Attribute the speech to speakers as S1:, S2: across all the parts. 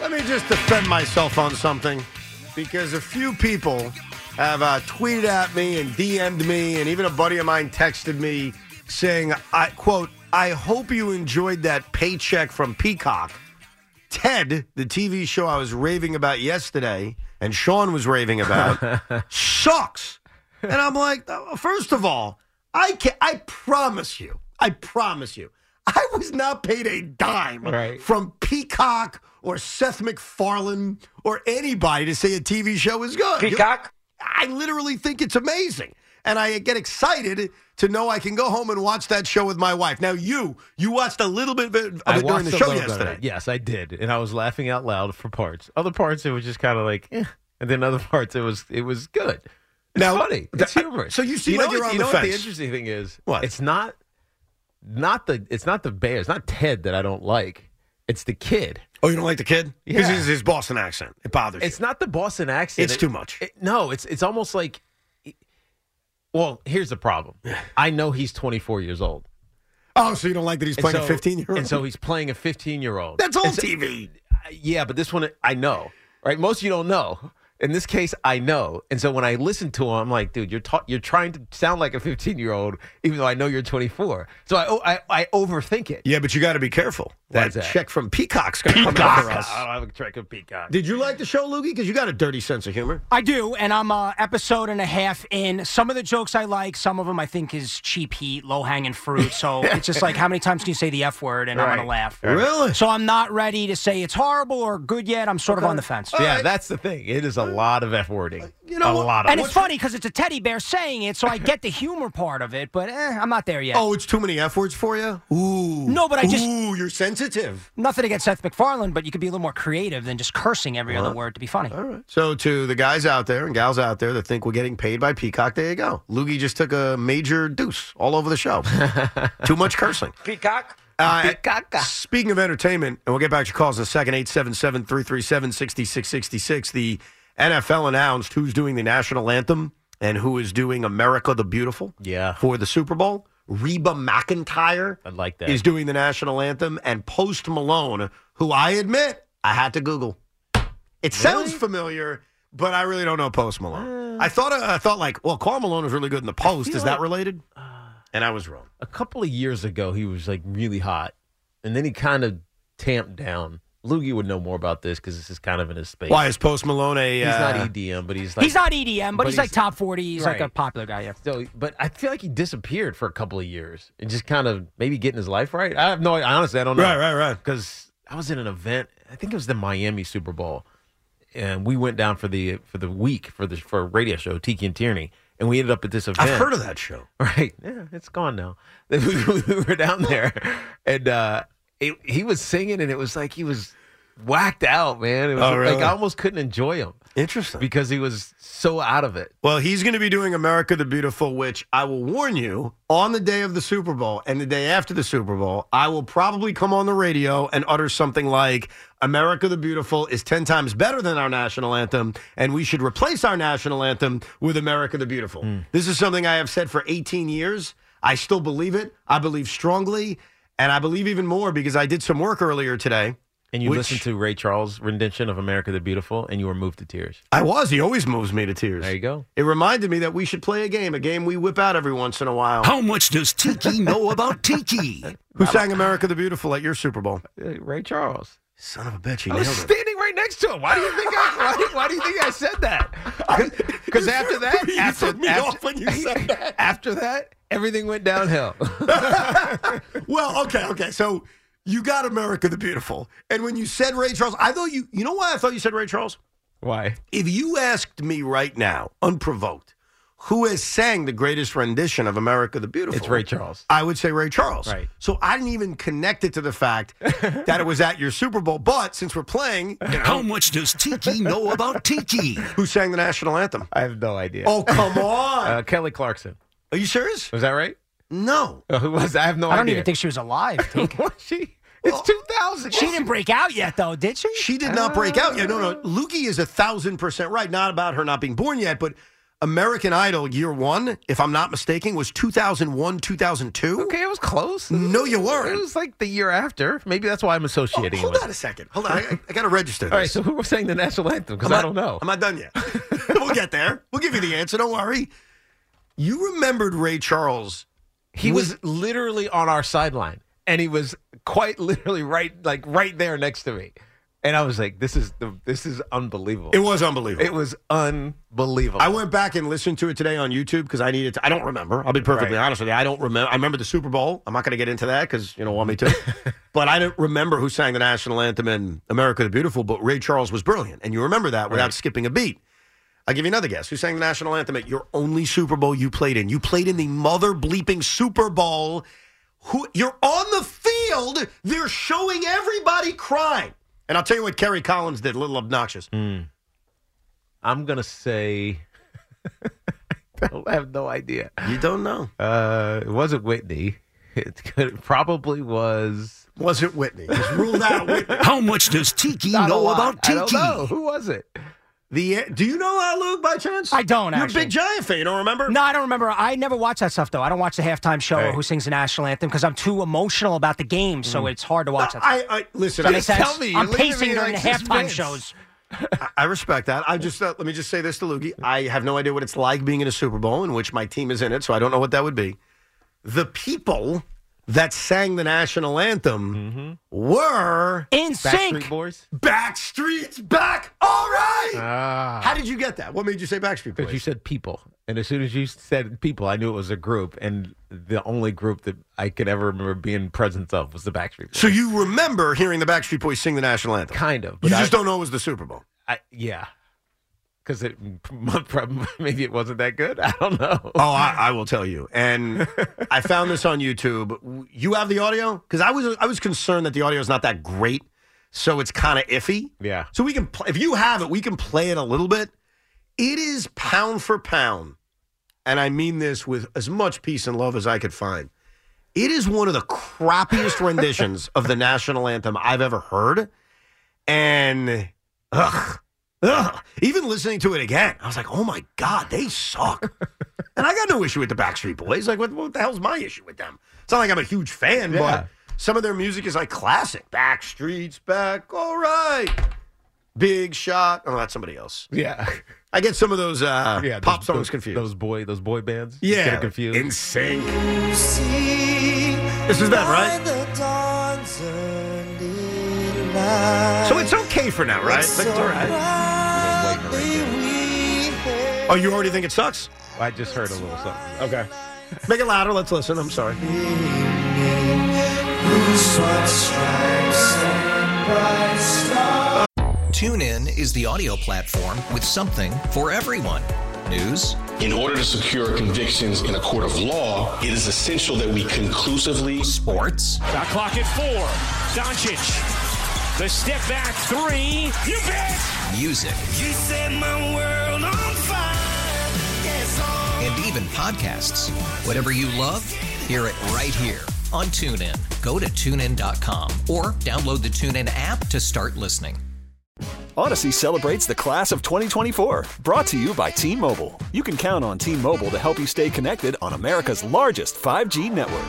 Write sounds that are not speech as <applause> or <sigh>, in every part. S1: Let me just defend myself on something because a few people have uh, tweeted at me and DM'd me, and even a buddy of mine texted me saying, I quote, I hope you enjoyed that paycheck from Peacock. Ted, the TV show I was raving about yesterday, and Sean was raving about, sucks. And I'm like, uh, first of all, I can I promise you, I promise you, I was not paid a dime
S2: right.
S1: from Peacock or Seth MacFarlane or anybody to say a TV show is good.
S2: Peacock?
S1: I literally think it's amazing. And I get excited to know I can go home and watch that show with my wife. Now, you, you watched a little bit of it
S2: I
S1: during
S2: watched
S1: the
S2: a
S1: show
S2: little bit of
S1: yesterday.
S2: it. Yes, I did, and I was laughing out loud for parts. Other parts, it was just kind of like, eh. and then other parts, it was it was good. It's
S1: Now-
S2: funny. It's humorous.
S1: So you seem like
S2: know
S1: you're
S2: what-
S1: on
S2: you
S1: the
S2: know What
S1: fence.
S2: the interesting thing is,
S1: What?
S2: It's not not the it's not the bear. It's not Ted that I don't like. It's the kid.
S1: Oh, you don't like the kid? Because
S2: Yeah.
S1: he's his Boston accent. It bothers
S2: It's
S1: you.
S2: not the Boston accent.
S1: It's
S2: It-
S1: too much.
S2: it- no, it's it's almost like. Well, here's the problem. I know he's 24 years old.
S1: Oh, so you don't like that he's
S2: And
S1: playing
S2: so-
S1: a 15 year old?
S2: And so he's playing a 15 year old.
S1: That's old TV.
S2: Uh, yeah, but this one I know, right? Most of you don't know. In this case, I know, and so when I listen to him, I'm like, dude, you're ta- you're trying to sound like a 15 year old, even though I know you're 24. So I oh, I, I overthink it.
S1: Yeah, but you got to be careful. That,
S2: is that?
S1: check from Peacock's going to come after us.
S2: I don't have a track of peacock.
S1: Did you like the show, Loogie? Because you got a dirty sense of humor.
S3: I do, and I'm uh, episode and a half in. Some of the jokes I like, some of them I think is cheap heat, low hanging fruit.
S4: <laughs>
S3: So it's just like, how many times can you say the F word and I'm
S2: Right.
S3: going to laugh?
S1: Really?
S3: So I'm not ready to say it's horrible or good yet. I'm sort of on the fence.
S4: Uh,
S2: yeah, that's the thing. It is a lot of f wording.
S1: you know
S2: a
S1: what?
S2: lot of.
S3: And
S2: it.
S3: it's funny because it's a teddy bear saying it, so
S4: <laughs>
S3: I get the humor part of it, but eh, I'm not there yet.
S1: Oh, it's too many F words for you? Ooh.
S3: No, but I just-
S1: Ooh, you're sensitive.
S3: Nothing against Seth MacFarlane, but you could be a little more creative than just cursing every other word to be funny.
S1: All right. So, to the guys out there and gals out there that think we're getting paid by Peacock, there you go. Loogie just took a major deuce all over
S3: <laughs>
S1: the show. too much cursing.
S2: peacock.
S1: Uh,
S2: Peacock.
S1: Speaking of entertainment, and we'll get back to your calls in a second, 877-337-6666. The NFL announced who's doing the national anthem and who is doing America the Beautiful
S2: Yeah.
S1: for the Super Bowl. Reba McIntyre
S2: I like that.
S1: is doing the national anthem, and Post Malone, who I admit I had to Google. It sounds familiar, but I really don't know Post Malone. I thought uh, I thought like, well, Carl Malone is really good in the Post. Is
S2: Uh. feel
S1: that
S2: like- uh,
S1: related? and I was wrong.
S2: a couple of years ago he was like really hot and then he kind of tamped down Loogie would know more about this because this is kind of in his space.
S1: Why is Post Malone a?
S2: He's
S1: uh,
S2: not e- EDM, but he's like
S3: he's not EDM, but,
S2: but
S3: he's, like
S2: he's-
S3: top 40. He's like
S2: Right.
S3: a popular guy, yeah.
S2: So, but I feel like he disappeared for a couple of years and just kind of maybe getting his life right. I have no, honestly, I don't know.
S1: Right, right, right.
S2: Because I was in an event. I think it was the Miami Super Bowl, and we went down for the for the week for the for a radio show Tiki and Tierney, and we ended up at this event.
S1: I've heard of that show.
S2: <laughs> Right. Yeah, it's gone now. <laughs> we were down there, and uh, it, he was singing, and it was like he was whacked out, man. It was
S1: Oh, really?
S2: like I almost couldn't enjoy him
S1: Interesting.
S2: because he was so out of it.
S1: Well, he's going to be doing America the Beautiful, which I will warn you on the day of the Super Bowl and the day after the Super Bowl, I will probably come on the radio and utter something like America the Beautiful is 10 times better than our national anthem, and we should replace our national anthem with America the Beautiful. This is something I have said for 18 years. I still believe it. I believe strongly, and I believe even more because I did some work earlier today.
S2: And you
S1: Which-
S2: listened to Ray Charles' rendition of "America the Beautiful," and you were moved to tears.
S1: I was. He always moves me to tears.
S2: There you go.
S1: It reminded me that we should play a game, a game we whip out every once in a while.
S5: How much does Tiki know about Tiki?
S1: <laughs> Who sang America the Beautiful at your Super Bowl? Oh,
S2: Uh, Ray Charles.
S1: Son of a bitch, he
S2: I
S1: nailed
S2: was
S1: it.
S2: standing right next to him. Why do you think I? Why, why do you think I said <laughs> that? Because <laughs> after that,
S1: You
S2: after,
S1: threw me
S2: after-
S1: off when
S2: <laughs>
S1: you said that.
S2: After that, everything went downhill. <laughs>
S1: Well, okay, okay. So you got America the Beautiful. And when you said Ray Charles, I thought you, you know why I thought you said Ray Charles?
S2: why?
S1: If you asked me right now, unprovoked, who has sang the greatest rendition of America the Beautiful?
S2: It's Ray Charles.
S1: I would say Ray Charles.
S2: Right.
S1: So I didn't even connect it to
S2: <laughs>
S1: the fact that it was at your Super Bowl. But since we're playing,
S6: How much does Tiki know about Tiki?
S1: <laughs> who sang the national anthem?
S2: I have no idea.
S1: Oh, come on.
S2: <laughs> uh, Kelly Clarkson.
S1: Are you serious?
S2: Was that right?
S1: No.
S2: Uh, who was? I have no
S3: I
S2: idea.
S3: don't even think she was alive.
S2: <laughs>
S3: Tink.
S2: was she. It's two thousand.
S3: she didn't break out yet, though, did she?
S1: She did not break out yet. No, no. Lukey is a thousand percent right. Not about her not being born yet, but American Idol year one, if I'm not mistaken, was 2001, 2002.
S2: Okay, it was close.
S1: No, you
S2: It
S1: weren't.
S2: was like the year after. Maybe that's why I'm
S1: Oh,
S2: associating.
S1: hold
S2: with.
S1: on a second. Hold on. I, I got to register
S2: <laughs>
S1: this.
S2: All right. So who was saying the national anthem? Because
S1: I'm
S2: I
S1: not-
S2: don't know.
S1: I'm not
S2: <laughs>
S1: done yet. we'll get there. We'll give you the answer. Don't worry. You remembered Ray Charles.
S2: He was literally on our sideline, and he was quite literally right, like right there next to me. And I was like, "This is the this is unbelievable.
S1: It was unbelievable.
S2: It was unbelievable."
S1: I went back and listened to it today on YouTube because I needed to. I don't remember. I'll be perfectly
S2: Right.
S1: honest with you. I don't remember. I remember the Super Bowl. I'm not going to get into that because you don't want me to. but I don't remember who sang the national anthem in America the Beautiful, but Ray Charles was brilliant. And you remember that without skipping a beat. I'll give you another guess. Who sang the national anthem at your only Super Bowl you played in? You played in the mother bleeping Super Bowl. Who you're on the field, they're showing everybody crying. And I'll tell you what Kerry Collins did, a little obnoxious.
S2: I'm gonna say. <laughs> I have no idea.
S1: You don't know.
S2: Uh, it wasn't Whitney. It, could, it probably was.
S1: Wasn't Whitney. Just ruled out Whitney.
S6: <laughs> How much does Tiki
S2: Not a
S6: know
S2: lot.
S6: about
S2: I don't
S6: Tiki?
S2: know. Who was it?
S1: The uh, do you know that Luke by chance?
S3: I don't,
S1: You're
S3: actually.
S1: a big Giant fan. You don't remember?
S3: No, I don't remember. I never watch that stuff though. I don't watch the halftime show or
S2: Right.
S3: who sings the national anthem because I'm too emotional about the game, so
S4: Mm.
S3: it's hard to watch that.
S1: I, I listen.
S3: That
S1: I,
S3: makes sense.
S2: tell me.
S3: I'm
S2: You're leaving
S3: pacing
S2: me
S3: during
S2: like
S3: the
S2: six
S3: halftime
S2: minutes.
S3: shows.
S1: I respect that. I just uh, let me just say this to Lukey. I have no idea what it's like being in a Super Bowl in which my team is in it, so I don't know what that would be. The people that sang the national anthem were
S3: In
S2: Backstreet
S3: sync.
S2: Boys.
S1: Backstreet's back. All right.
S2: Ah.
S1: How did you get that? What made you say Backstreet
S2: Because
S1: Boys?
S2: you said people, and as soon as you said people, I knew it was a group, and the only group that I could ever remember being present of was the Backstreet Boys.
S1: so you remember hearing the Backstreet Boys sing the national anthem?
S2: Kind of,
S1: You
S2: but I,
S1: just don't know it was the Super Bowl.
S2: I, yeah, because it <laughs> maybe it wasn't that good. I don't know.
S1: Oh, I, I will tell you. <laughs> And I found this on YouTube. You have the audio because I was I was concerned that the audio is not that great, so it's kind of iffy.
S2: Yeah.
S1: So we can pl- if you have it, we can play it a little bit. It is pound for pound, and I mean this with as much peace and love as I could find. It is one of the crappiest renditions of the national anthem I've ever heard, and ugh, ugh. Even listening to it again, I was like, "Oh my god, they suck." And I got no issue with the Backstreet Boys. Like, what, what the hell's my issue with them? It's not like I'm a huge fan,
S2: Yeah.
S1: but some of their music is like classic. Backstreet's back, all right. Big shot. Oh, that's somebody else.
S2: Yeah,
S1: I get some of those uh,
S2: <laughs> yeah.
S1: pop
S2: those-
S1: songs
S2: those-
S1: confused.
S2: Those boy, those boy bands. You
S1: yeah,
S2: get it confused.
S1: In sync. This is them, right? So it's okay for now, right? Like, it's all right. Oh, you already think it sucks?
S2: I just heard a little something.
S1: <laughs> Okay. Make it louder. Let's listen. I'm sorry.
S5: TuneIn is the audio platform with something for everyone. News,
S7: In order to secure convictions in a court of law, it is essential that we conclusively
S5: sports,
S4: The clock at four. Doncic. The step back three. You bet.
S5: music,
S8: You set my world on fire. Yes, oh.
S5: and even podcasts. Whatever you love, hear it right here on TuneIn. Go to tunein.com or download the TuneIn app to start listening.
S9: Odyssey celebrates the class of 2024. Brought to you by T Mobile. You can count on T Mobile to help you stay connected on America's largest 5G network.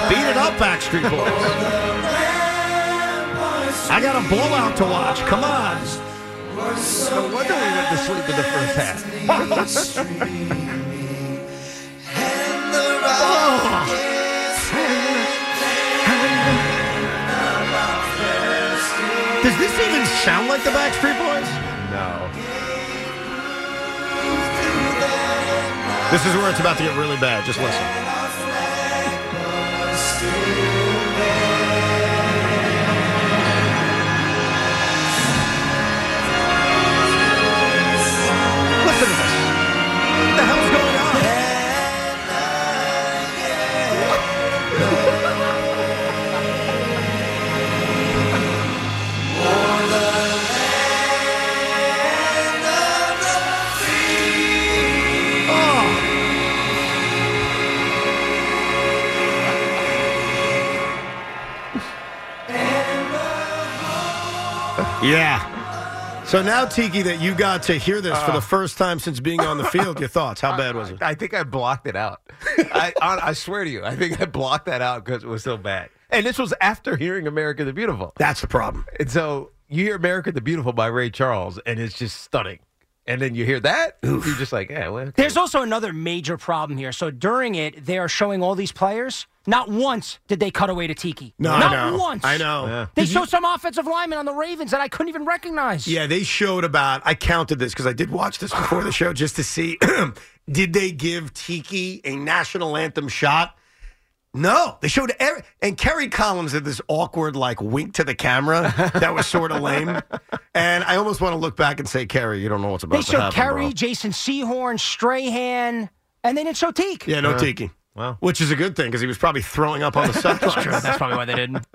S1: Speed it up, Backstreet Boys. I got a blowout to watch. Come on.
S2: No wonder we went to sleep in the first half.
S1: Oh, sound like the Backstreet Boys?
S2: No.
S1: This is where it's about to get really bad. Just listen. Listen to this. What the hell's going on? Yeah. So now, Tiki, that you got to hear this for the first time since being on the field, your thoughts? How bad was it?
S2: I think I blocked it out. I, I, I swear to you, I think I blocked that out because it was so bad. And this was after hearing America the Beautiful.
S1: That's the problem.
S2: And so you hear America the Beautiful by Ray Charles, and it's just stunning. And then you hear that, you're just like, yeah, well, <laughs> okay.
S3: There's also another major problem here. So during it, they are showing all these players. Not once did they cut away to Tiki. not
S1: I know.
S3: once.
S1: I know. Yeah.
S3: They showed some offensive linemen on the Ravens that I couldn't even recognize.
S1: they showed about. I counted this because I did watch this before the show just to see <clears throat> did they give Tiki a national anthem shot? No, they showed every, and Kerry Collins did this awkward like wink to the camera that was sort of lame, and I almost want to look back and say, Kerry, you don't know what's about
S3: They
S1: to
S3: showed
S1: happen,
S3: Kerry,
S1: bro."
S3: Jason Seahorn, Strahan, and they didn't show Teak.
S1: Yeah, no Tiki.
S2: wow.
S1: Which is a good thing because he was probably throwing up on the sideline.
S3: That's probably why they didn't.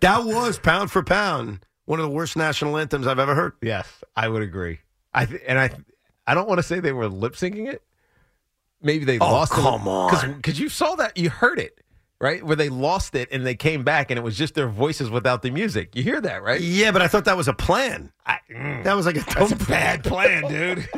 S1: that was pound for pound one of the worst national anthems I've ever heard.
S2: yes, I would agree. I th- and I, th- I don't want to say they were lip syncing it. Maybe they
S1: Oh,
S2: lost.
S1: come on.
S2: because you saw that, you heard it, right? Where they lost it and they came back, and it was just their voices without the music. You hear that, right?
S1: Yeah, but I thought that was a plan. that was like a, dumb
S2: bad
S1: <laughs>
S2: plan, dude.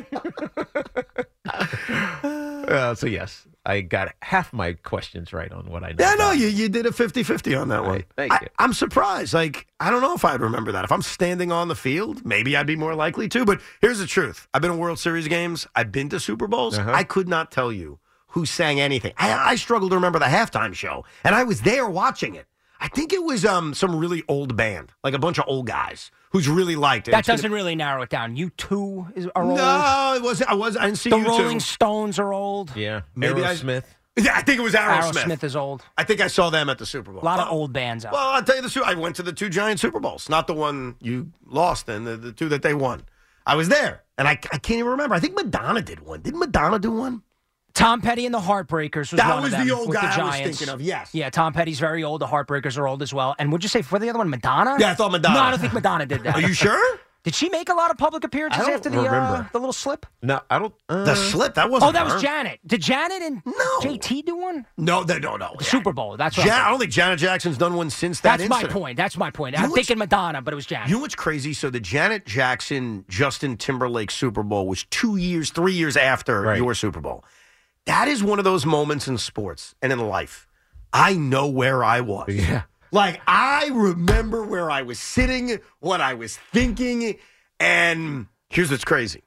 S2: uh, so yes, I got half my questions right on what I know.
S1: Yeah, no,
S2: about
S1: you, you did a 50 50 on that one.
S2: thank
S1: I,
S2: you.
S1: I'm surprised. Like, I don't know if I'd remember that. If I'm standing on the field, maybe I'd be more likely to. But here's the truth I've been to World Series games, I've been to Super Bowls. I could not tell you who sang anything. I, I struggled to remember the halftime show, and I was there watching it. I think it was um, some really old band, like a bunch of old guys who's really liked it.
S3: That
S1: It's gonna-
S3: doesn't really narrow it down. You two is, are old.
S1: No, it wasn't. I was. I didn't see
S3: The
S1: you
S3: Rolling
S1: two.
S3: Stones are old.
S2: Yeah,
S1: Maybe I-
S2: Aerosmith.
S1: Yeah, <laughs> I think it was Aerosmith.
S3: Aerosmith is old.
S1: I think I saw them at the Super Bowl.
S3: A lot of
S1: Well,
S3: old bands out.
S1: Well, I'll tell you the truth. I went to the two giant Super Bowls, not the one you lost and the, the two that they won. I was there, and I, I can't even remember. I think Madonna did one. Didn't Madonna do one?
S3: Tom Petty and the Heartbreakers was
S1: That
S3: one
S1: was
S3: of
S1: the
S3: them
S1: old
S3: with
S1: guy
S3: the
S1: I was
S3: Giants.
S1: thinking of, yes.
S3: Yeah, Tom Petty's very old. The Heartbreakers are old as well. And would you say for the other one, Madonna?
S1: Yeah, I thought Madonna.
S3: No, I don't think Madonna did that.
S1: Are
S3: <laughs>
S1: you sure?
S3: did she make a lot of public appearances
S2: I don't
S3: after the uh,
S2: remember.
S3: the little slip?
S2: No, I don't. Uh,
S1: the slip that wasn't.
S3: Oh, that was
S1: her.
S3: Janet. Did Janet and
S1: No.
S3: JT do one?
S1: No, that, no, no.
S3: The Super Bowl. That's
S1: Ja-
S3: what I'm
S1: I
S3: saying.
S1: don't think Janet Jackson's done one since that.
S3: That's my
S1: incident.
S3: point. That's my point.
S1: You
S3: I'm
S1: know
S3: thinking Madonna, but it was Janet.
S1: You know what's crazy? So the Janet Jackson Justin Timberlake Super Bowl was two years, three years after
S2: Right.
S1: your Super Bowl. That is one of those moments in sports and in life. I know where I
S2: <laughs>
S1: was.
S2: Yeah.
S1: Like I remember where I was sitting, what I was thinking, and here's what's crazy.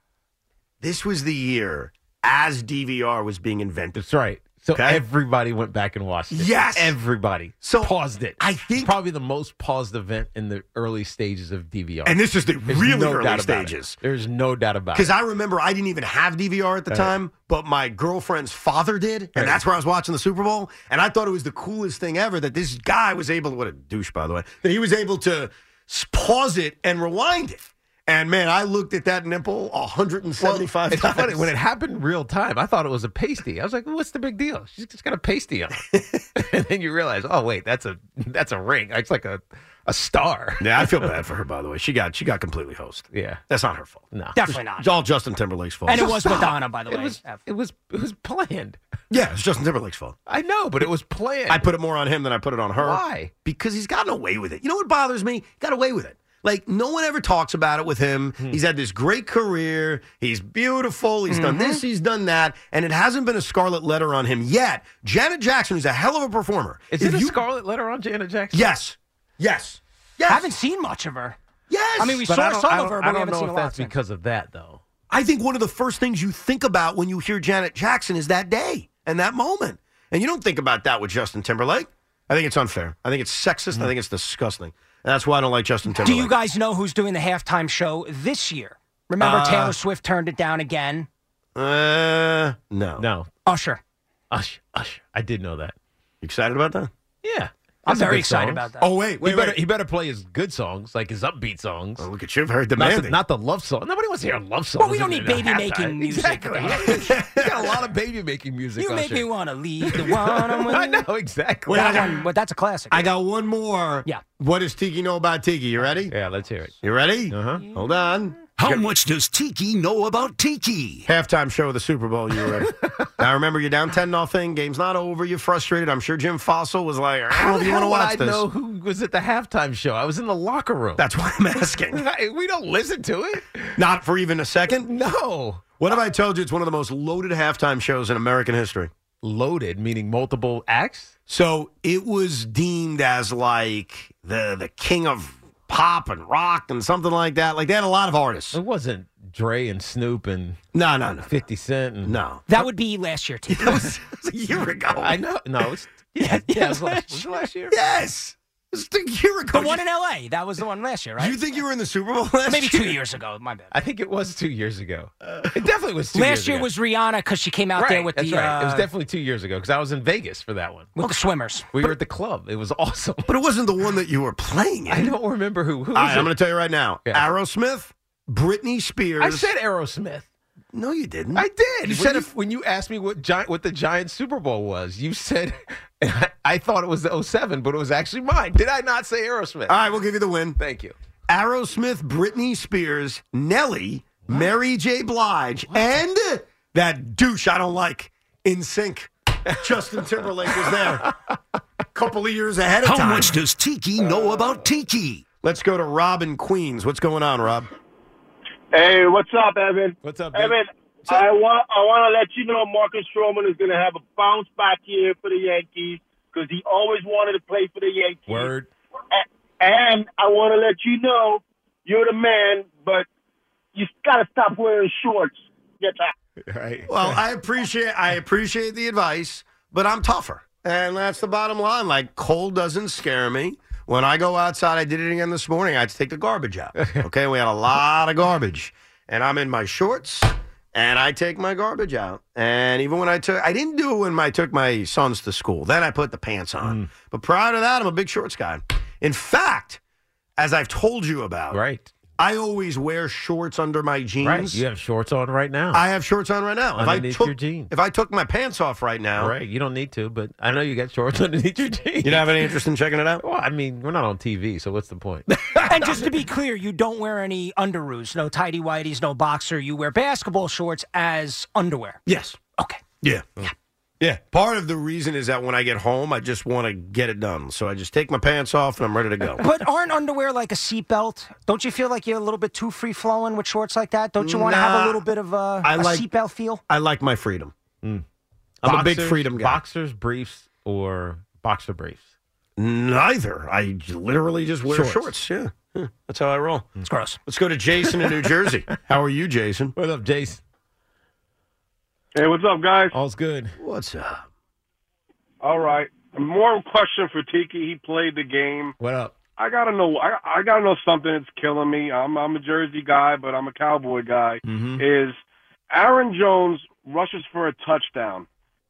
S1: This was the year as DVR was being invented.
S2: that's right. So
S1: Okay.
S2: everybody went back and watched it.
S1: Yes.
S2: everybody.
S1: So,
S2: paused it.
S1: I think-
S2: probably the most paused event in the early stages of DVR.
S1: And this is the
S2: There's
S1: really
S2: no
S1: early
S2: doubt about it.
S1: stages.
S2: There's no doubt about it.
S1: Because I remember I didn't even have DVR
S2: Uh-huh.
S1: at the time, but my girlfriend's father did, and
S2: Right.
S1: that's where I was watching the Super Bowl. And I thought it was the coolest thing ever that this guy was able. What a douche, by the way. That he was able to s- pause it and rewind it. And man, I looked at that nipple
S2: <laughs>
S1: 175
S2: it's
S1: times.
S2: funny when it happened real time. I thought it was a pasty. I was like, "What's the big deal? She's just got a pasty
S1: <laughs>
S2: on." and then you realize, oh wait, that's a that's a ring. It's like a a star.
S1: <laughs> yeah, I feel bad for her. By the way, she got she got completely hosed.
S2: Yeah.
S1: That's not her fault.
S2: No.
S3: Definitely not.
S1: It's all Justin Timberlake's fault.
S3: And it
S1: So-
S3: was Madonna, by the
S2: It
S3: way.
S2: was
S3: F.
S2: it was it was planned.
S1: yeah, it's Justin Timberlake's fault.
S2: I know, but it was planned.
S1: I put it more on him than I put it on her.
S2: Why?
S1: Because he's gotten away with it. You know what bothers me? He Got away with it. Like no one ever talks about it with him.
S3: Hmm.
S1: He's had this great career. He's beautiful. He's done this.
S3: Mm-hmm.
S1: He's done that, and it hasn't been a scarlet letter on him yet. Janet Jackson, who's a hell of a performer.
S2: Is
S1: If
S2: it a
S1: you-
S2: scarlet letter on Janet Jackson?
S1: Yes. Yes. Yes.
S3: I haven't seen much of her.
S1: yes.
S3: I mean, we
S2: But
S3: saw
S2: I don't-
S3: some
S2: I
S3: of her,
S2: don't-
S3: but
S2: I
S3: we
S2: don't
S3: haven't
S2: know
S3: seen
S2: if
S3: a lot
S2: that's
S3: since.
S2: because of that though.
S1: I think one of the first things you think about when you hear Janet Jackson is that day and that moment. And you don't think about that with Justin Timberlake. I think it's unfair. I think it's sexist. I think it's disgusting. And that's why I don't like Justin
S3: Mm. Do
S1: Timberlake.
S3: you guys know who's doing the halftime show this year? Remember, Taylor Swift turned it down again.
S1: Uh, no.
S2: No,
S3: Usher.
S2: Usher, Usher. I did know that.
S1: You excited about that?
S2: Yeah,
S3: I'm
S2: That's a
S3: very
S2: good
S3: excited
S2: song.
S3: about that.
S1: Oh wait, Oh,
S2: he better he better play his good songs, like his upbeat songs.
S1: Look at you, very
S2: Not
S1: demanding.
S2: the, not the love song. Nobody wants to hear love songs.
S3: Well, we don't
S2: in
S3: need
S2: a
S3: baby making
S2: halftime.
S3: music.
S2: Exactly.
S3: <laughs>
S2: <laughs> you got a lot of baby making music.
S3: You make
S2: Usher.
S3: me want to leave the one
S2: <laughs>
S1: <laughs>
S3: I'm with.
S2: I know exactly.
S1: Wait, I
S3: That
S1: got-
S3: one, well, that's a classic.
S1: I got one more.
S3: Yeah.
S1: What does Tiki know about Tiki? You ready?
S2: Yeah, let's hear it.
S1: You ready?
S2: Uh-huh.
S1: Hold on.
S6: How much does Tiki know about Tiki?
S1: Halftime show of the Super Bowl. You
S2: <laughs>
S1: were. in. now remember, you're down ten nothing. Game's not over. You're frustrated. I'm sure Jim Fossil was like, I don't know
S2: How
S1: if
S2: the
S1: you want
S2: hell
S1: to
S2: would
S1: watch
S2: I
S1: this.
S2: know who was at the halftime show? I was in the locker room.
S1: That's why I'm asking.
S2: Hey, <laughs> we don't listen to it.
S1: not for even a second.
S2: No.
S1: What if I told you it's one of the most loaded halftime shows in American history?
S2: Loaded, meaning multiple acts?
S1: So it was deemed as like the the king of pop and rock and something like that. Like they had a lot of artists.
S2: It wasn't Dre and Snoop and
S1: No, no, no,
S2: 50 Cent. And,
S1: no.
S3: that would be last year,
S2: <laughs>
S3: too. <laughs>
S1: It's a year ago.
S2: I know. No, it's, yeah, yeah, it was last, was it last year.
S1: yes, it's a year ago.
S3: the one in L.A. That was the one last year, right?
S1: You think you were in the Super Bowl last
S3: Maybe
S1: year?
S3: two years ago. My bad.
S2: I think it was two years ago. It definitely was two years
S3: last year
S2: ago.
S3: was Rihanna because she came out
S2: right,
S3: there with
S2: that's
S3: the
S2: right. it was
S3: uh,
S2: definitely two years ago because I was in Vegas for that one.
S3: with the swimmers.
S2: We were at the club. It was awesome. <laughs>
S1: But it wasn't the one that you were playing in.
S2: I don't remember who. Who was
S1: All right,
S2: it?
S1: I'm going to tell you right now.
S2: Yeah.
S1: Aerosmith, Britney Spears.
S2: I said Aerosmith.
S1: no, you didn't.
S2: I did.
S1: You
S2: when
S1: said
S2: you,
S1: if-
S2: when you asked me what giant what the giant Super Bowl was, you said <laughs> and I, I thought it was the 07, but it was actually mine. Did I not say Aerosmith?
S1: All right, we'll give you the win.
S2: Thank you.
S1: Aerosmith, Britney Spears, Nelly, Mary J. Blige, and that douche I don't like in sync. <laughs> Justin Timberlake was
S6: <laughs>
S1: there a couple of years ahead of
S6: How
S1: time.
S6: much does Tiki know about Tiki?
S1: Let's go to Rob in Queens. What's going on, Rob?
S10: Hey, what's up, Evan?
S2: What's up,
S10: Evan? I want I want to let you know Marcus Stroman is going to have a bounce back year for the Yankees because he always wanted to play for the Yankees.
S2: Word.
S10: A- And I want to let you know you're the man, but you got to stop wearing shorts. Get out.
S2: Right.
S1: Well, I appreciate I appreciate the advice, but I'm tougher, and that's the bottom line. Like cold doesn't scare me. When I go outside, I did it again this morning. I had to take the
S2: <laughs>
S1: garbage out. Okay, we had a lot of garbage, and I'm in my shorts, and I take my garbage out. And even when I took, I didn't do it when I took my sons to school. Then I put the pants
S2: Mm.
S1: on. But prior to that, I'm a big shorts guy. In fact, as I've told you about,
S2: Right.
S1: I always wear shorts under my jeans.
S2: Right. You have shorts on right now.
S1: I have shorts on right now.
S2: Underneath
S1: if I took,
S2: your jeans.
S1: If I took my pants off right now,
S2: right. You don't need to, but I know you got shorts <laughs> underneath your jeans.
S1: you don't have any interest in checking it out?
S2: Well, I mean, we're not on TV, so what's the point?
S3: and just to be clear, you don't wear any underoos, no tidy whities, no boxer. You wear basketball shorts as underwear.
S1: Yes.
S3: Okay.
S1: Yeah. yeah. Yeah. Part of the reason is that when I get home, I just want to get it done. So I just take my pants off and I'm ready to go.
S3: But aren't underwear like a seatbelt? Don't you feel like you're a little bit too free flowing with shorts like that? Don't you want to have a
S1: Nah.
S3: little bit of uh,
S1: I
S3: a
S1: like-
S3: seatbelt feel?
S1: <laughs> I like my freedom. I'm a big
S2: Boxers-
S1: freedom guy.
S2: Boxers, briefs, or boxer briefs.
S1: Neither. I j- literally just wear shorts.
S2: Shorts.
S1: Yeah. Yeah. That's how I roll.
S3: It's gross.
S1: Let's go to Jason <laughs> in New Jersey. How are you, Jason?
S2: What up, Jason?
S10: Hey, what's up, guys?
S2: All's good.
S1: What's up?
S10: All right. More question for Tiki. He played the game.
S2: What up?
S10: I gotta know. I, I gotta know something that's killing me. I'm I'm a Jersey guy, but I'm a Cowboy guy.
S1: Mm-hmm.
S10: Is Aaron Jones rushes for a touchdown?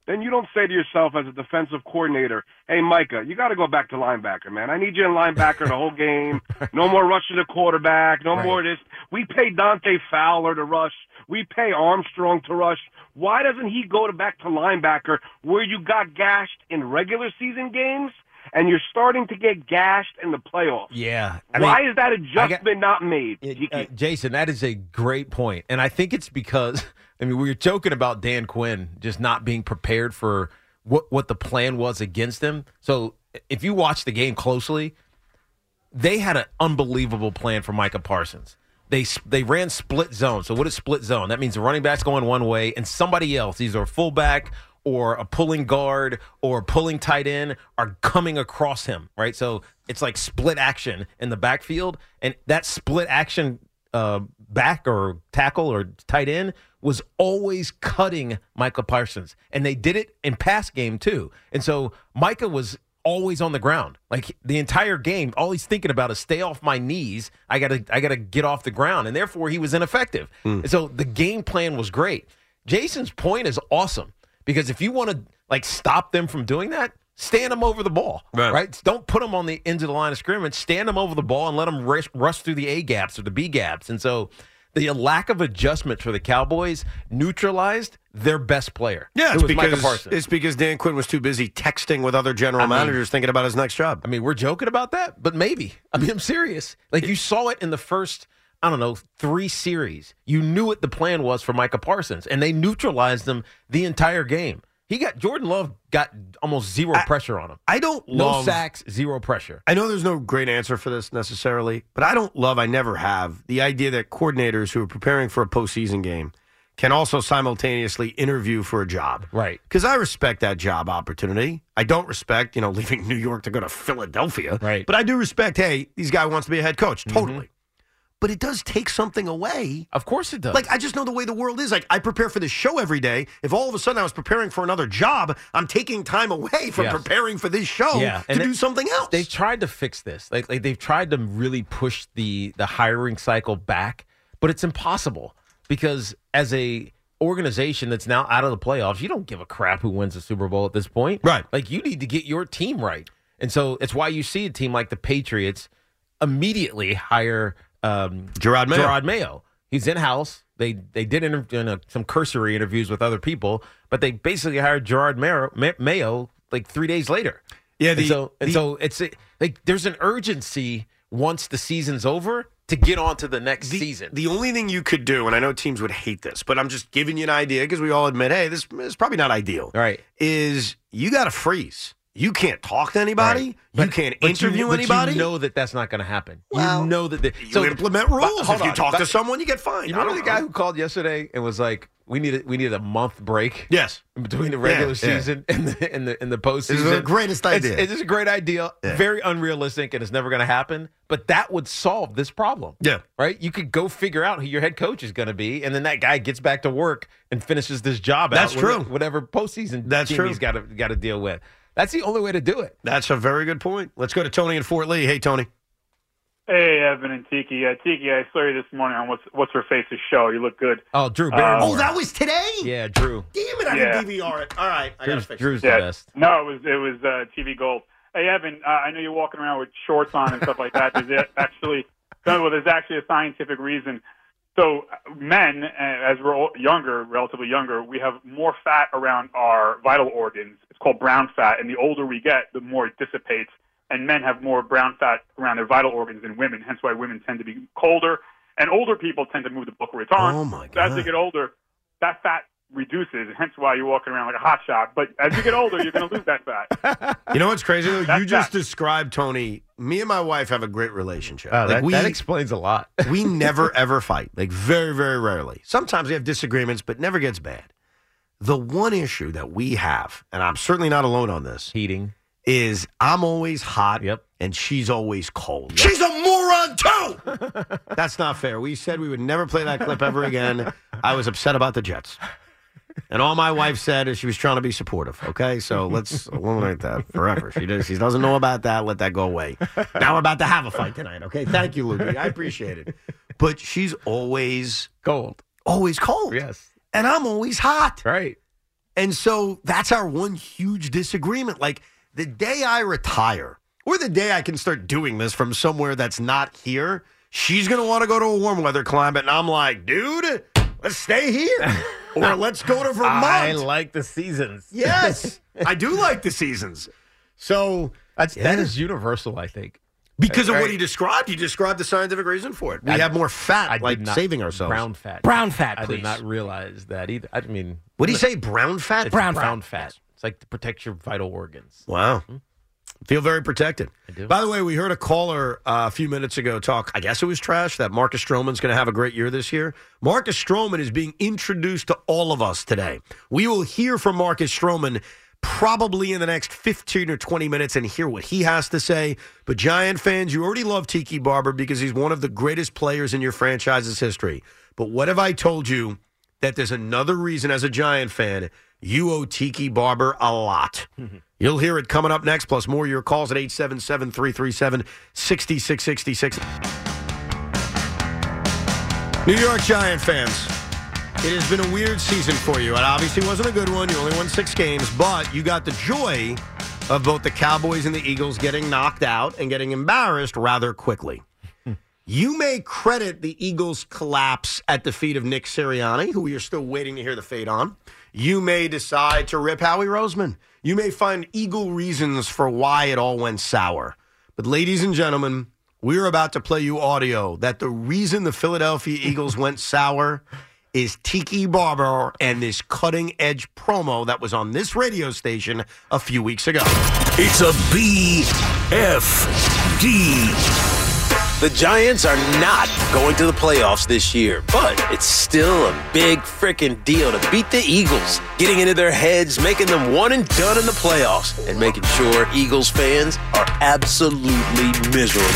S10: Then you don't say to yourself as a defensive coordinator, "Hey, Micah, you got to go back to linebacker, man. I need you in linebacker the whole game. <laughs> No more rushing the quarterback. No more this. We pay Dante Fowler to rush. We pay Armstrong to rush. Why doesn't he go to back to linebacker where you got gashed in regular season games?" and you're starting to get gashed in the playoffs.
S2: Yeah.
S10: Why is that
S2: got-
S10: adjustment not made?
S2: Yeah,
S10: Tiki?
S2: uh, Jason, that is a great point, and I think it's because <laughs> I mean we were joking about Dan Quinn just not being prepared for what what the plan was against him. So if you watch the game closely, they had an unbelievable plan for Micah Parsons. They s- they ran split zone. So what is split zone? That means the running back's going one way and somebody else, either a fullback or a pulling guard or a pulling tight end, are coming across him. Right. So it's like split action in the backfield, and that split action uh, back or tackle or tight end was always cutting Micah Parsons, and they did it in pass game too. And so Micah was always on the ground. Like the entire game, all he's thinking about is stay off my knees. I gotta, I gotta get off the ground, and therefore he was ineffective. And so the game plan was great. Jason's point is awesome because if you want to like stop them from doing that, stand them over the ball, right? Don't put them on the ends of the line of scrimmage. Stand them over the ball and let them rush, rush through the A gaps or the B gaps. And so the lack of adjustment for the Cowboys neutralized their best player.
S1: Yeah,
S2: it
S1: it's
S2: was Micah
S1: because,
S2: Parsons.
S1: it's because Dan Quinn was too busy texting with other general
S2: I mean-
S1: managers thinking about his next job.
S2: I mean, we're joking about that, but maybe. I mean, I'm serious. Like you saw it in the first, I don't know, three series. You knew what the plan was for Micah Parsons, and they neutralized him the entire game. He got Jordan Love got almost zero pressure on him.
S1: I don't
S2: no
S1: love-
S2: sacks, zero pressure.
S1: I know there's no great answer for this necessarily, but I don't love, I never have, the idea that coordinators who are preparing for a postseason game can also simultaneously interview for a job.
S2: Right.
S1: Because I respect that job opportunity. I don't respect, you know, <laughs> leaving New York to go to Philadelphia.
S2: Right. Mm-hmm.
S1: But I do respect, hey, these guy wants to be a head coach. Totally. But it does take something away.
S2: Of course it does.
S1: Like I just know the way the world is. Like I prepare for this show every day. If all of a sudden I was preparing for another job, I'm taking time away from
S2: Yes.
S1: preparing for this show to
S2: they-
S1: do something else.
S2: They've tried to fix this. Like, like they've tried to really push the the hiring cycle back, but it's impossible because as a organization that's now out of the playoffs, you don't give a crap who wins the Super Bowl at this point.
S1: Right.
S2: Like you need to get your team right. And so it's why you see a team like the Patriots immediately hire um,
S1: Gerard Mayo.
S2: Gerard Mayo. He's in house. They they did inter- you know, some cursory interviews with other people, but they basically hired Gerard Mayo, Ma- Mayo like three days later.
S1: Yeah,
S2: and
S1: the-
S2: so and
S1: the-
S2: so it's it- like there's an urgency once the season's over to get on to the next season.
S1: The only thing you could do, and I know teams would hate this, but I'm just giving you an idea because we all admit, hey, this is probably not ideal.
S2: Right.
S1: Is you got to freeze. You can't talk to anybody.
S2: Right.
S1: you can't
S2: but
S1: interview
S2: but
S1: anybody.
S2: You know that that's not going to happen.
S1: Well,
S2: you know that. The,
S1: You implement
S2: but
S1: rules.
S2: hold
S1: if you
S2: on,
S1: talk
S2: but-
S1: to someone, you get fined.
S2: You
S1: I
S2: remember
S1: don't
S2: the guy
S1: know.
S2: who called yesterday and was like, "We needed we needed a month break."
S1: Yes.
S2: in <laughs> between the regular
S1: Yeah, yeah.
S2: season and the and the and the postseason.
S1: is the greatest
S2: It's-
S1: idea.
S2: It is a great idea. Very unrealistic, and it's never going to happen. But that would solve this problem.
S1: Yeah.
S2: right. You could go figure out who your head coach is going to be, and then that guy gets back to work and finishes this job.
S1: That's
S2: out,
S1: true.
S2: with Whatever postseason
S1: That's
S2: team
S1: trho
S2: he's got to got to deal with. That's the only way to do it.
S1: That's a very good point. Let's go to Tony in Fort Lee. Hey, Tony.
S11: Hey, Evan and Tiki. Uh, Tiki, I saw you this morning on what's what's her face's show. You look good.
S2: Oh, Drew Barrymore.
S1: Oh, that was today?
S2: yeah, Drew.
S1: Damn it, I
S11: Yeah.
S1: didn't DVR it. All right, I got to
S2: Drew's,
S1: fix it.
S2: Drew's the best.
S11: No, it was it was uh, TV Gold. Hey, Evan, uh, I know you're walking around with shorts on and stuff like that. There's a- <laughs> actually no, well, there's actually a scientific reason. So uh, men, uh, as we're all younger, relatively younger, we have more fat around our vital organs. It's called brown fat, and the older we get, the more it dissipates. And men have more brown fat around their vital organs than women, hence why women tend to be colder, and older people tend to move the book where it's on.
S1: Oh, my
S11: So as they
S1: God.
S11: get older, that fat reduces, hence why you're walking around like a hot shot. But as you get older, you're going to lose that fat.
S1: You know what's crazy, though?
S11: That's
S1: you just
S11: that.
S1: described, Tony. Me and my wife have a great relationship.
S2: Oh,
S1: Like,
S2: that,
S1: we,
S2: that explains a lot. <laughs>
S1: we never ever fight. Like very, very rarely. Sometimes we have disagreements, but never gets bad. The one issue that we have, and I'm certainly not alone on this,
S2: Heating.
S1: is I'm always hot
S2: Yep.
S1: and she's always cold.
S8: She's a moron too.
S2: <laughs>
S1: That's not fair. We said we would never play that clip ever again. I was upset about the Jets. And all my wife said is she was trying to be supportive. Okay, so let's eliminate that forever. She does. She doesn't know about that. Let that go away. Now we're about to have a fight tonight. Okay, thank you, Luby. I appreciate it. But she's always
S2: Cold.
S1: always cold.
S2: Yes.
S1: And I'm always hot.
S2: Right.
S1: And so that's our one huge disagreement. Like the day I retire or the day I can start doing this from somewhere that's not here, she's going to want to go to a warm weather climate. And I'm like, dude, let's stay here
S2: <laughs>
S1: or let's go to Vermont.
S2: I like the seasons.
S1: yes, I do like the seasons. So
S2: That's that
S1: Yeah.
S2: is universal, I think.
S1: because of
S2: Right.
S1: what he described, he described the scientific reason for it. We
S2: I-
S1: have more fat,
S2: I did
S1: like
S2: not-
S1: saving ourselves.
S2: Brown fat.
S3: Brown fat,
S2: I
S3: please.
S2: did not realize that either. I mean,
S1: What do you say? Brown fat?
S2: It's
S3: Brown
S2: brown,
S3: fat.
S2: fat. It's like to protect your vital organs.
S1: Wow. Feel very protected.
S2: Hmm. I do.
S1: By the way, we heard a caller uh, a few minutes ago talk, I guess it was trash, that Marcus Stroman's going to have a great year this year. Marcus Stroman is being introduced to all of us today. We will hear from Marcus Stroman probably in the next 15 or 20 minutes and hear what he has to say. But Giant fans, you already love Tiki Barber because he's one of the greatest players in your franchise's history. But what have I told you
S2: <laughs>
S1: that there's another reason as a Giant fan you owe Tiki Barber a lot? You'll hear it coming up next, plus more of your calls at 877 337 6666. New York Giant fans, it has been a weird season for you. It obviously wasn't a good one. You only won six games, but you got the joy of both the Cowboys and the Eagles getting knocked out and getting embarrassed rather quickly. You may credit the Eagles' collapse at the feet of Nick Sirianni, who you're still waiting to hear the fate on. You may decide to rip Howie Roseman. You may find Eagle reasons for why it all went sour. But, ladies and gentlemen, we're about to play you audio that the reason the Philadelphia <laughs> Eagles went sour is Tiki Barber and this cutting edge promo that was on this radio station a few weeks ago.
S12: It's a BFD. The Giants are not going to the playoffs this year, but it's still a big freaking deal to beat the Eagles, getting into their heads, making them one and done in the playoffs, and making sure Eagles fans are absolutely miserable.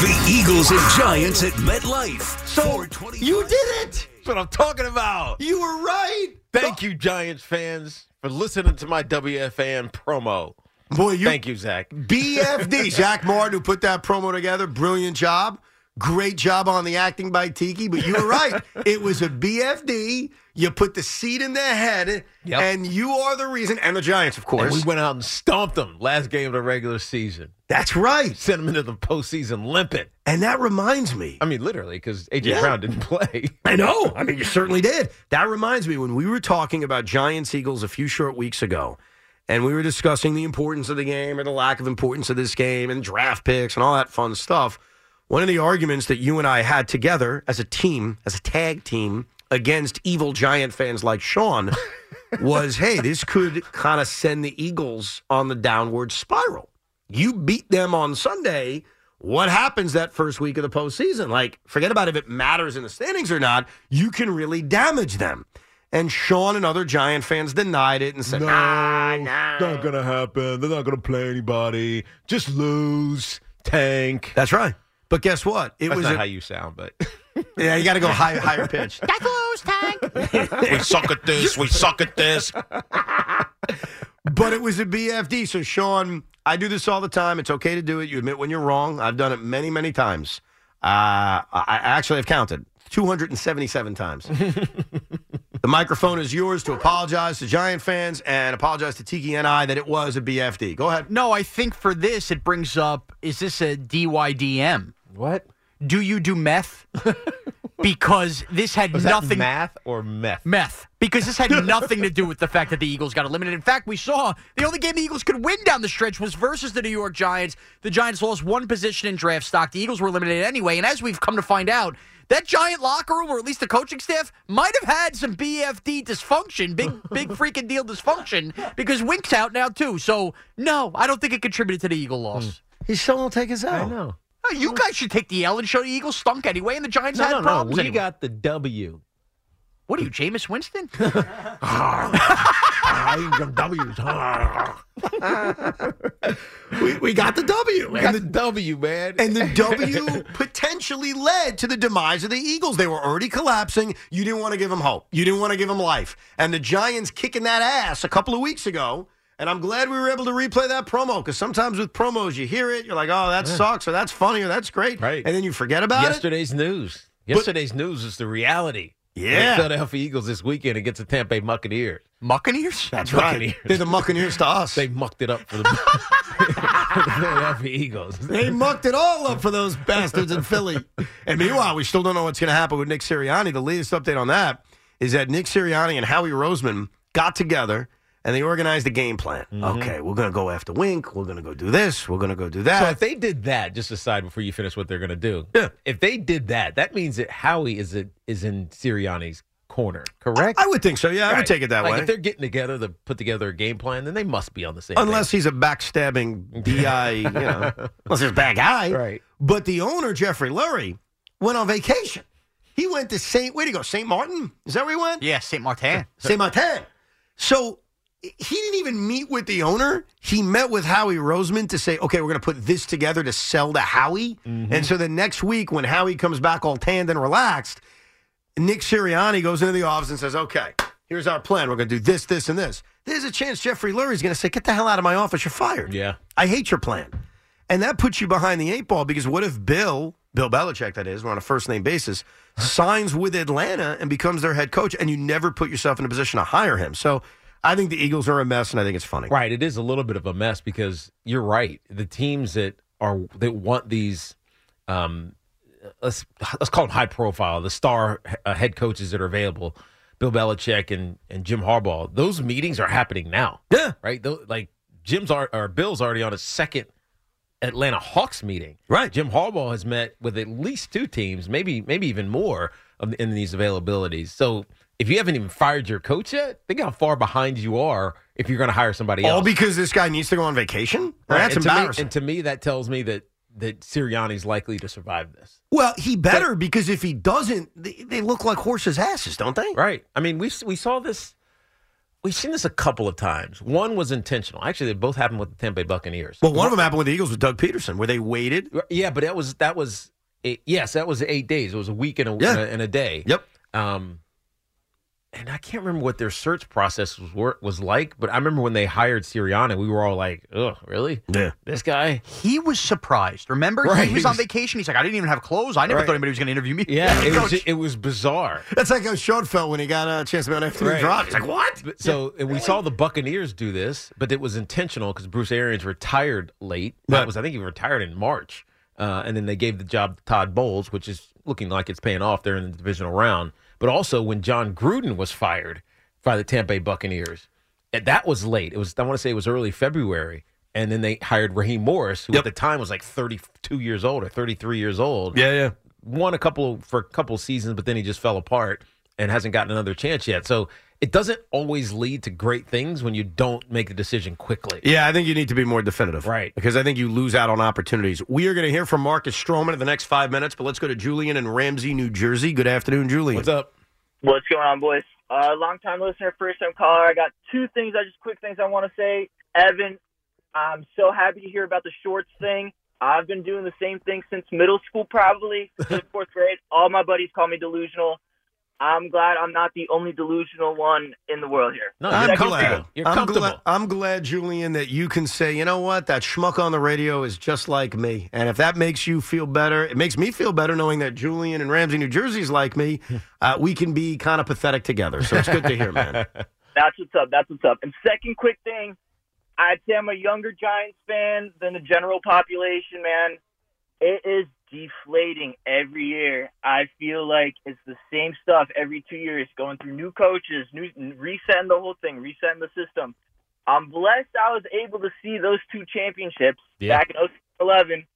S12: The Eagles and Giants at MetLife.
S1: So you did it.
S2: That's what I'm talking about.
S1: You were right.
S2: Thank you, Giants fans, for listening to my WFAN promo.
S1: Boy, you
S2: thank you, Zach. <laughs>
S1: BFD, Zach Martin, who put that promo together. Brilliant job. Great job on the acting by Tiki, but you were
S2: <laughs>
S1: right. it was a BFD. You put the seed in their head,
S2: Yep.
S1: and you are the reason, and the Giants, of
S2: And
S1: course.
S2: we went out and stomped them last game of the regular season.
S1: That's right.
S2: Sent them into the postseason limping.
S1: and that reminds me.
S2: I mean, literally, because AJ
S1: Yeah.
S2: Brown didn't <laughs> play.
S1: I know. I mean, you certainly did. That reminds me when we were talking about Giants Eagles a few short weeks ago, and we were discussing the importance of the game or the lack of importance of this game and draft picks and all that fun stuff. One of the arguments that you and I had together as a team, as a tag team against evil Giant fans like Sean, was hey, this could kind of send the Eagles on the downward spiral. You beat them on Sunday. What happens that first week of the postseason? Like, forget about if it matters in the standings or not. You can really damage them. And Sean and other Giant fans denied it and said, nah, nah.
S2: Not gonna happen. They're not gonna play anybody. Just lose, tank.
S1: That's right. But guess what? It
S2: That's
S1: was
S2: not
S1: a-
S2: how you sound, but
S1: yeah. You got to go high, higher pitch.
S2: we suck at this. We suck at this.
S1: but it was a BFD. So, Sean, I do this all the time. It's okay to do it. You admit when you're wrong. I've done it many, many times. Uh, I I actually have counted 277 times. the microphone is yours to apologize to Giant fans and apologize to Tiki and I that it was a BFD. Go ahead.
S13: No, I think for this it brings up is this a DYDM?
S2: What?
S13: Do you do meth? because <laughs> this had
S2: Was that
S13: nothing
S2: math or meth?
S13: Meth. Because this had nothing to do with the fact that the Eagles got eliminated. In fact, we saw the only game the Eagles could win down the stretch was versus the New York Giants. The Giants lost one position in draft stock. The Eagles were eliminated anyway. And as we've come to find out, that giant locker room, or at least the coaching staff, might have had some BFD dysfunction, big, big freaking deal dysfunction, because Wink's out now too. So no, I don't think it contributed to the Eagle loss.
S1: He still won't take his out. I
S2: know.
S13: No, Oh,
S11: Mm-hmm.
S13: you guys should take the L and show the Eagles stunk anyway, and the Giants
S2: No,
S13: had
S2: no, no.
S13: problems.
S2: We
S13: anyway.
S2: got the W.
S13: what are you, Jameis Winston?
S2: I got W's.
S1: We, we got the W.
S2: got the W, man.
S1: And the W potentially led to the demise of the Eagles. They were already collapsing. You didn't want to give them hope. You didn't want to give them life. And the Giants kicking that ass a couple of weeks ago. And I'm glad we were able to replay that promo because sometimes with promos, you hear it, you're like, oh, that sucks, or that's funny, or that's great. Right. And then you forget about it.
S2: Yesterday's news. Yesterday's news is the reality.
S1: Yeah.
S2: The Philadelphia Eagles this weekend against the Tampa Bay Buccaneers.
S13: Buccaneers?
S1: That's right. They're the Buccaneers to us.
S2: They mucked it up for the, for the <laughs> Philadelphia Eagles.
S1: They mucked it all up for those bastards in Philly. And meanwhile, we still don't know what's going to happen with Nick Sirianni. The latest update on that is that Nick Sirianni and Howie Roseman got together and they organized a game plan.
S2: Mm-hmm.
S1: Okay, we're going to go after Wink. We're going to go do this. We're going to go do
S2: So
S1: that.
S2: if they did that, just aside before you finish what they're going to do.
S1: Yeah.
S2: If they did that, that means that Howie is a, is in Sirianni's corner, correct?
S1: I would think so. Yeah, I
S2: Right.
S1: would take it that
S2: Like,
S1: way.
S2: If they're getting together to put together a game plan, then they must be on the same.
S1: Unless he's a backstabbing bi,
S2: <laughs>
S1: you know, unless he's a bad guy.
S2: Right.
S1: But the owner Jeffrey Lurie went on vacation. He went to Saint. Where did he go? Saint Martin. Is that where he went?
S13: yeah, Saint Martin.
S1: Saint Martin. So he didn't even meet with the owner. He met with Howie Roseman to say, okay, we're going to put this together to sell to Howie.
S13: Mm-hmm.
S1: And so the next week, when Howie comes back all tanned and relaxed, Nick Sirianni goes into the office and says, okay, here's our plan. We're going to do this, this, and this. There's a chance Jeffrey Lurie's going to say, get the hell out of my office. You're fired.
S2: Yeah.
S1: I hate your plan. And that puts you behind the eight ball because what if Bill, Bill Belichick, that is, we're on a first name basis, signs with Atlanta and becomes their head coach, and you never put yourself in a position to hire him. So I think the Eagles are a mess, and I think it's funny.
S2: Right, it is a little bit of a mess because you're right. The teams that are that want these, um, let's let's call it high profile, the star uh, head coaches that are available, Bill Belichick and and Jim Harbaugh. Those meetings are happening now. Yeah, right. Tho- like Jim's are, or Bill's already on a second Atlanta Hawks meeting. Right. Jim Harbaugh has met with at least two teams, maybe maybe even more of- in these availabilities. So if you haven't even fired your coach yet, think how far behind you are if you're going to hire somebody else.
S1: All because this guy needs to go on vacation?
S2: Right.
S1: That's
S2: and to me-
S1: embarrassing.
S2: and to me, that tells me that that Sirianni's likely to survive this.
S1: well, he better because if he doesn't, they, they look like horses' asses, don't they?
S2: Right. I mean, we we saw this. We've seen this a couple of times. One was intentional. Actually, they both happened with the Tampa Bay Buccaneers.
S1: Well, one of them happened with the Eagles with Doug Peterson, where they waited.
S2: Yeah, but that was that was it, yes, that was eight days. It was a week and a, and a, and a day. Yep. Um, and I can't remember what their search process was wor- was like, but I remember when they hired Sirianni, we were all like, "Ugh, really? Yeah, this guy."
S13: He was surprised. Remember,
S2: Right.
S13: he was on vacation. He's like, I didn't even have clothes. I never
S2: Right.
S13: thought anybody was going to interview me.
S2: <laughs> Yeah, it was it was bizarre.
S1: That's like how Sean felt when he got a chance to be on afternoon drive. He's like, what?
S2: But- So and we saw the Buccaneers do this, but it was intentional because Bruce Arians retired late. That was, I think, he retired in March, uh, and then they gave the job to Todd Bowles, which is looking like it's paying off there in the divisional round. But also when John Gruden was fired by the Tampa Bay Buccaneers, and that was late. It was I want to say it was early February, and then they hired Raheem Morris, who at the time was like 32 years old or 33 years old. Yeah, yeah. Won a couple for a couple seasons, but then he just fell apart and hasn't gotten another chance yet. So it doesn't always lead to great things when you don't make the decision quickly.
S1: Yeah, I think you need to be more definitive. Right. Because I think you lose out on opportunities. We are going to hear from Marcus Stroman in the next five minutes, but let's go to Julian in Ramsey, New Jersey. Good afternoon, Julian. What's
S2: up?
S14: What's going on, boys? Uh, long time listener, first time caller. I got two things. I just quick things I want to say. Evan, I'm so happy to hear about the shorts thing. I've been doing the same thing since middle school, probably <laughs> since fourth grade. All my buddies call me delusional. I'm glad I'm not the only delusional one in the world here.
S1: I'm
S14: Second
S1: glad.
S14: thing-
S1: I'm Glad, I'm glad, Julian, that you can say, you know what, that schmuck on the radio is just like me. And if that makes you feel better, it makes me feel better knowing that Julian in Ramsey, New Jersey is like me.
S2: Hmm.
S1: Uh, we can be kind of pathetic together. So it's good to
S2: <laughs>
S1: hear, man.
S14: That's what's up. That's what's up. And second quick thing, I'd say I'm a younger Giants fan than the general population, man. It is deflating every year. I feel like it's the same stuff every two years, going through new coaches, new resetting the whole thing, resetting the system. I'm blessed I was able to see those two championships
S15: Yeah.
S14: back in 2011.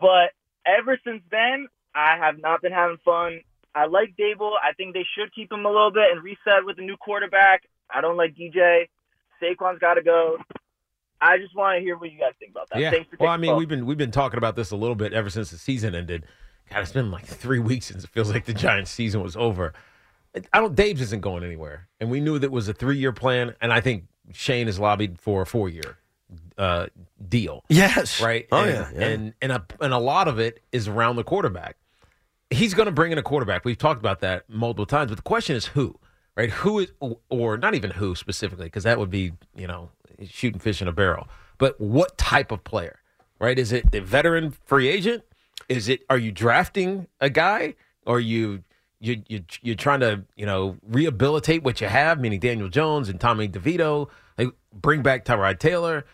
S14: But ever since then, I have not been having fun. I like Dable. I think they should keep him a little bit and reset with a new quarterback. I don't like DJ. Saquon's got to go. I just want to hear what you guys think about that.
S2: Yeah.
S14: Thanks for
S2: Well, I
S14: taking
S2: mean,
S14: the
S2: we've been we've been talking about this a little bit ever since the season ended. God, it's been like three <laughs> weeks since it feels like the Giants' season was over. I don't. Dave's isn't going anywhere, and we knew that was a three-year plan. And I think Shane has lobbied for a four-year uh, deal.
S1: Yes.
S2: Right.
S1: Oh,
S2: and,
S1: yeah, yeah.
S2: And and a and a lot of it is around the quarterback. He's going to bring in a quarterback. We've talked about that multiple times, but the question is who, right? Who is, or not even who specifically, because that would be you know shooting fish in a barrel. But what type of player, right? Is it the veteran free agent? Is it are you drafting a guy? Are you you you you're trying to you know rehabilitate what you have, meaning Daniel Jones and Tommy DeVito, like bring back Tyrod Taylor.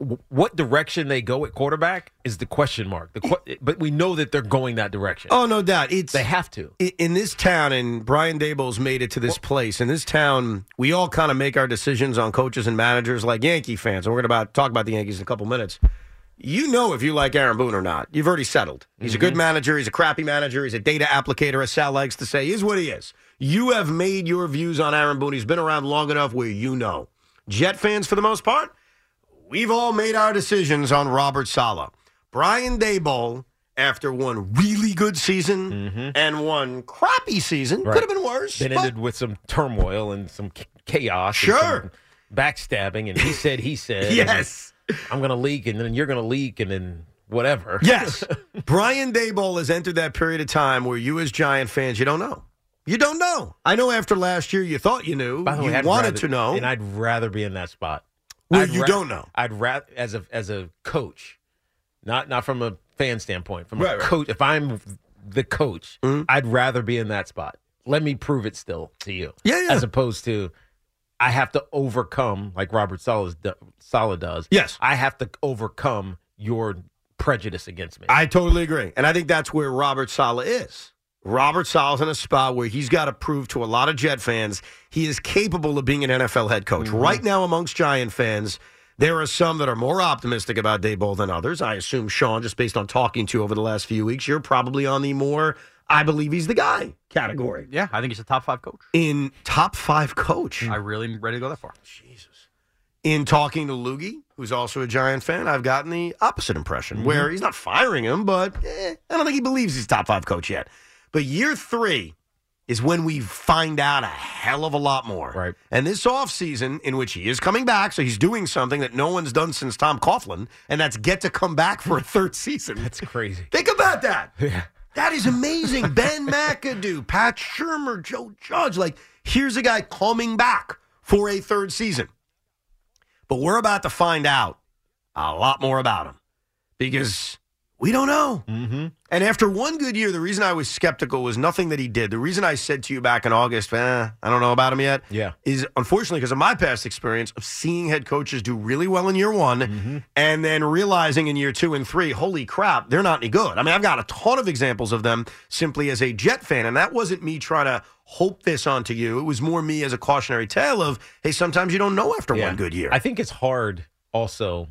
S2: W- What direction they go at quarterback is the question mark. The que- but we know that they're going that direction.
S1: Oh, no doubt. It's
S2: They have to.
S1: I- In this town, and Brian Dable's made it to this place. In this town, we all kind of make our decisions on coaches and managers like Yankee fans. And we're going to about, talk about the Yankees in a couple minutes. You know if you like Aaron Boone or not. You've already settled. He's a good manager. He's a crappy manager. He's a data applicator, as Sal likes to say. He is what he is. You have made your views on Aaron Boone. He's been around long enough where you know. Jet fans, for the most part, We've all made our decisions on Robert Sala. Brian Dayball, after one really good season and one crappy season, could have been worse.
S2: Then
S1: but-
S2: ended with some turmoil and some ch- chaos. and
S1: Sure.
S2: some backstabbing, and he said, he said, and
S1: Yes.
S2: I'm going to leak, and then you're going to leak, and then whatever.
S1: <laughs> yes. Brian Dayball has entered that period of time where you, as Giant fans, you don't know. You don't know. I know after last year you thought you knew.
S2: By the way,
S1: you
S2: I'd
S1: wanted
S2: rather-
S1: to know.
S2: and I'd rather be in that spot
S1: Where
S2: I'd
S1: you don't know.
S2: I'd rather as a as a coach, not not from a fan standpoint, from
S1: Right, Mm-hmm.
S2: a
S1: right.
S2: coach. If I'm the coach, I'd rather be in that spot. Let me prove it still to you.
S1: Yeah, yeah.
S2: As opposed to. I have to overcome, like Robert Sala Sala does.
S1: Yes,
S2: I have to overcome your prejudice against me.
S1: I totally agree. And I think that's where Robert Sala is. Robert Sala's in a spot where he's got to prove to a lot of Jet fans he is capable of being an NFL head coach.
S2: Mm-hmm.
S1: Right now, amongst Giant fans, there are some that are more optimistic about Dayball than others. I assume, Sean, just based on talking to you over the last few weeks, you're probably on the more I believe he's the guy category.
S13: Yeah, I think he's a top five coach.
S1: In top five coach.
S13: I really am ready to go that far.
S1: in talking to Loogie, who's also a Giant fan, I've gotten the opposite impression where he's not firing him, but eh, I don't think he believes he's top five coach yet. But year three is when we find out a hell of a lot more. Right. And this offseason, in which he is coming back, so he's doing something that no one's done since Tom Coughlin, and that's get to come back for a third season. That's
S2: crazy.
S1: Think about that. That is amazing. ben <laughs> McAdoo, Pat Shermer, Joe Judge. Like, here's a guy coming back for a third season. But we're about to find out a lot more about him because we don't know. Mm-hmm. And after one good year, the reason I was skeptical was nothing that he did. The reason I said to you back in August, eh, I don't know about him yet,
S2: Yeah.
S1: is unfortunately because of my past experience of seeing head coaches do really well in year one and then realizing in year two and three, holy crap, they're not any good. I mean, I've got a ton of examples of them simply as a Jet fan. And that wasn't me trying to hope this onto you. It was more me as a cautionary tale of, hey, sometimes you don't know after one good year.
S2: I think it's hard also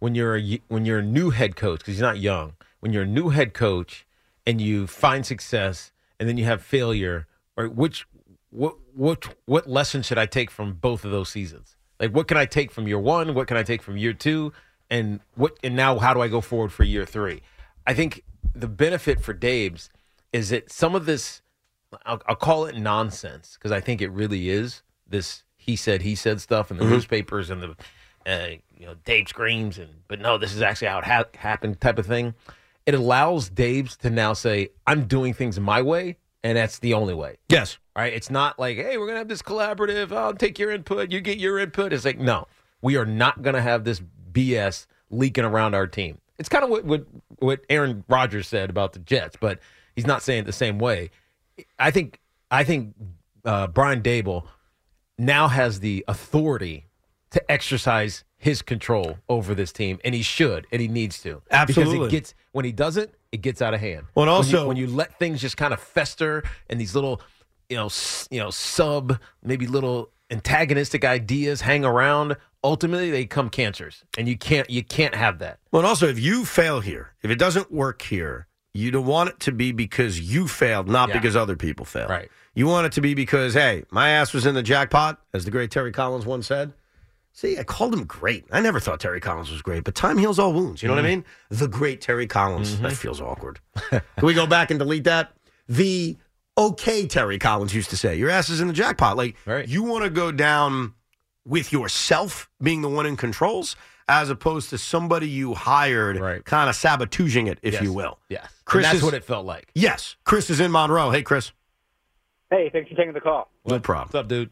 S2: when you're a, y- when you're a new head coach because you're not young. When you're a new head coach and you find success and then you have failure, or which what what what lesson should I take from both of those seasons? Like what can I take from year one? What can I take from year two? And what and now how do I go forward for year three? I think the benefit for Dave's is that some of this I'll, I'll call it nonsense because I think it really is this he said he said stuff in the
S12: Mhm.
S2: newspapers and the uh, you know Dave screams and but no this is actually how it ha- happened type of thing. It allows Dave's to now say I'm doing things my way and that's the only way.
S1: Yes,
S2: right. It's not like hey we're gonna have this collaborative. I'll take your input. You get your input. It's like no we are not gonna have this BS leaking around our team. It's kind of what what, what Aaron Rodgers said about the Jets, but he's not saying it the same way. I think I think uh, Brian Dable now has the authority to exercise his control over this team, and he should, and he needs to. because
S1: Absolutely.
S2: it gets when he doesn't, it gets out of hand.
S1: Well,
S2: When
S1: and
S2: you-
S1: also-
S2: when you, let things just kind of fester and these little, you know, s- you know, sub maybe little antagonistic ideas hang around, ultimately they become cancers, and you can't you can't have that.
S1: Well, and also, if you fail here, if it doesn't work here, you don't want it to be because you failed, not
S2: Yeah.
S1: because other people failed.
S2: Right.
S1: You want it to be because, hey, my ass was in the jackpot, as the great Terry Collins once said. See, I called him great. I never thought Terry Collins was great, but time heals all wounds. You know what I
S2: Mhm.
S1: mean? The great Terry Collins.
S2: Mm-hmm.
S1: That feels awkward. <laughs> Can we go back and delete that? The okay Terry Collins used to say, your ass is in the jackpot. Like, you want to go down with yourself being the one in controls as opposed to somebody you hired kind of sabotaging it, if
S2: Yes.
S1: you will.
S2: Yes, And
S1: Chris
S2: that's
S1: is-
S2: what it felt like.
S1: Yes. Chris is in Monroe. Hey, Chris.
S14: Hey, thanks for taking the call.
S1: No problem.
S2: What's up, dude?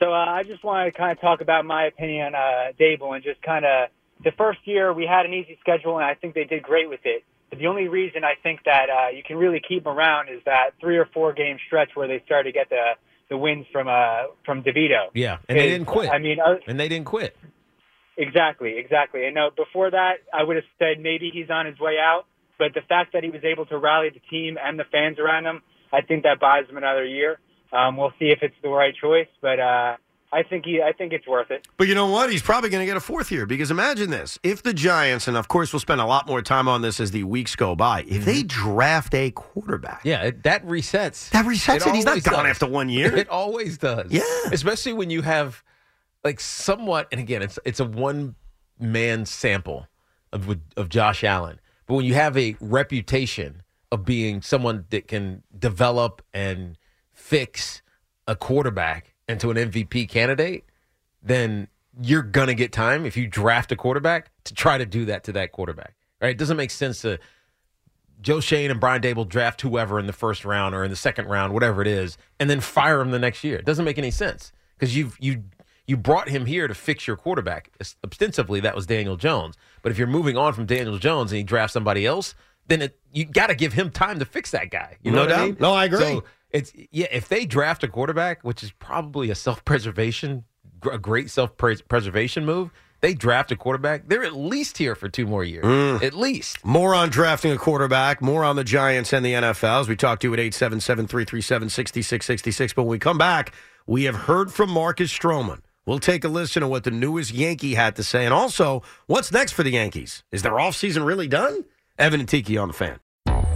S14: So uh, I just want to kind of talk about my opinion on uh, Dable and just kind of the first year we had an easy schedule and I think they did great with it. But the only reason I think that uh, you can really keep them around is that three or four game stretch where they started to get the the wins from uh from Devito.
S2: Yeah, and they
S14: Is-
S2: didn't quit.
S14: I mean, uh,
S2: and they didn't quit.
S14: Exactly, exactly. And no, before that, I would have said maybe he's on his way out. But the fact that he was able to rally the team and the fans around him, I think that buys him another year. Um, we'll see if it's the right choice, but uh, I think he, I think it's worth it.
S1: But you know what? He's probably going to get a fourth year because imagine this. If the Giants, and of course we'll spend a lot more time on this as the weeks go by, if they draft a quarterback.
S2: Mm-hmm. Yeah, it, that resets.
S1: That resets it. He's not
S2: always
S1: gone after one year.
S2: It always does. Yeah, especially when you have like somewhat. And again, it's it's a one man sample of with- of Josh Allen. But when you have a reputation of being someone that can develop and fix a quarterback into an MVP candidate, then you're gonna get time if you draft a quarterback to try to do that to that quarterback. Right? It doesn't make sense to Joe Shane and Brian Dable draft whoever in the first round or in the second round, whatever it is, and then fire him the next year. It doesn't make any sense because you've you you brought him here to fix your quarterback. As- Ostensibly, that was Daniel Jones. But if you're moving on from Daniel Jones and you draft somebody else, then it, you got to give him time to fix that guy. You know
S1: No
S2: what I
S1: doubt.
S2: mean?
S1: No, I agree.
S2: So it's yeah. If they draft a quarterback, which is probably a self-preservation, gr- a great self-preservation move, they draft a quarterback. They're at least here for two more years,
S1: Mm.
S2: at least.
S1: More on drafting a quarterback, more on the Giants and the NFL as we talk to you at 877 337 6666. But when we come back, we have heard from Marcus Stroman. We'll take a listen to what the newest Yankee had to say. And also, what's next for the Yankees? Is their offseason really done? Evan and Tiki on the fan.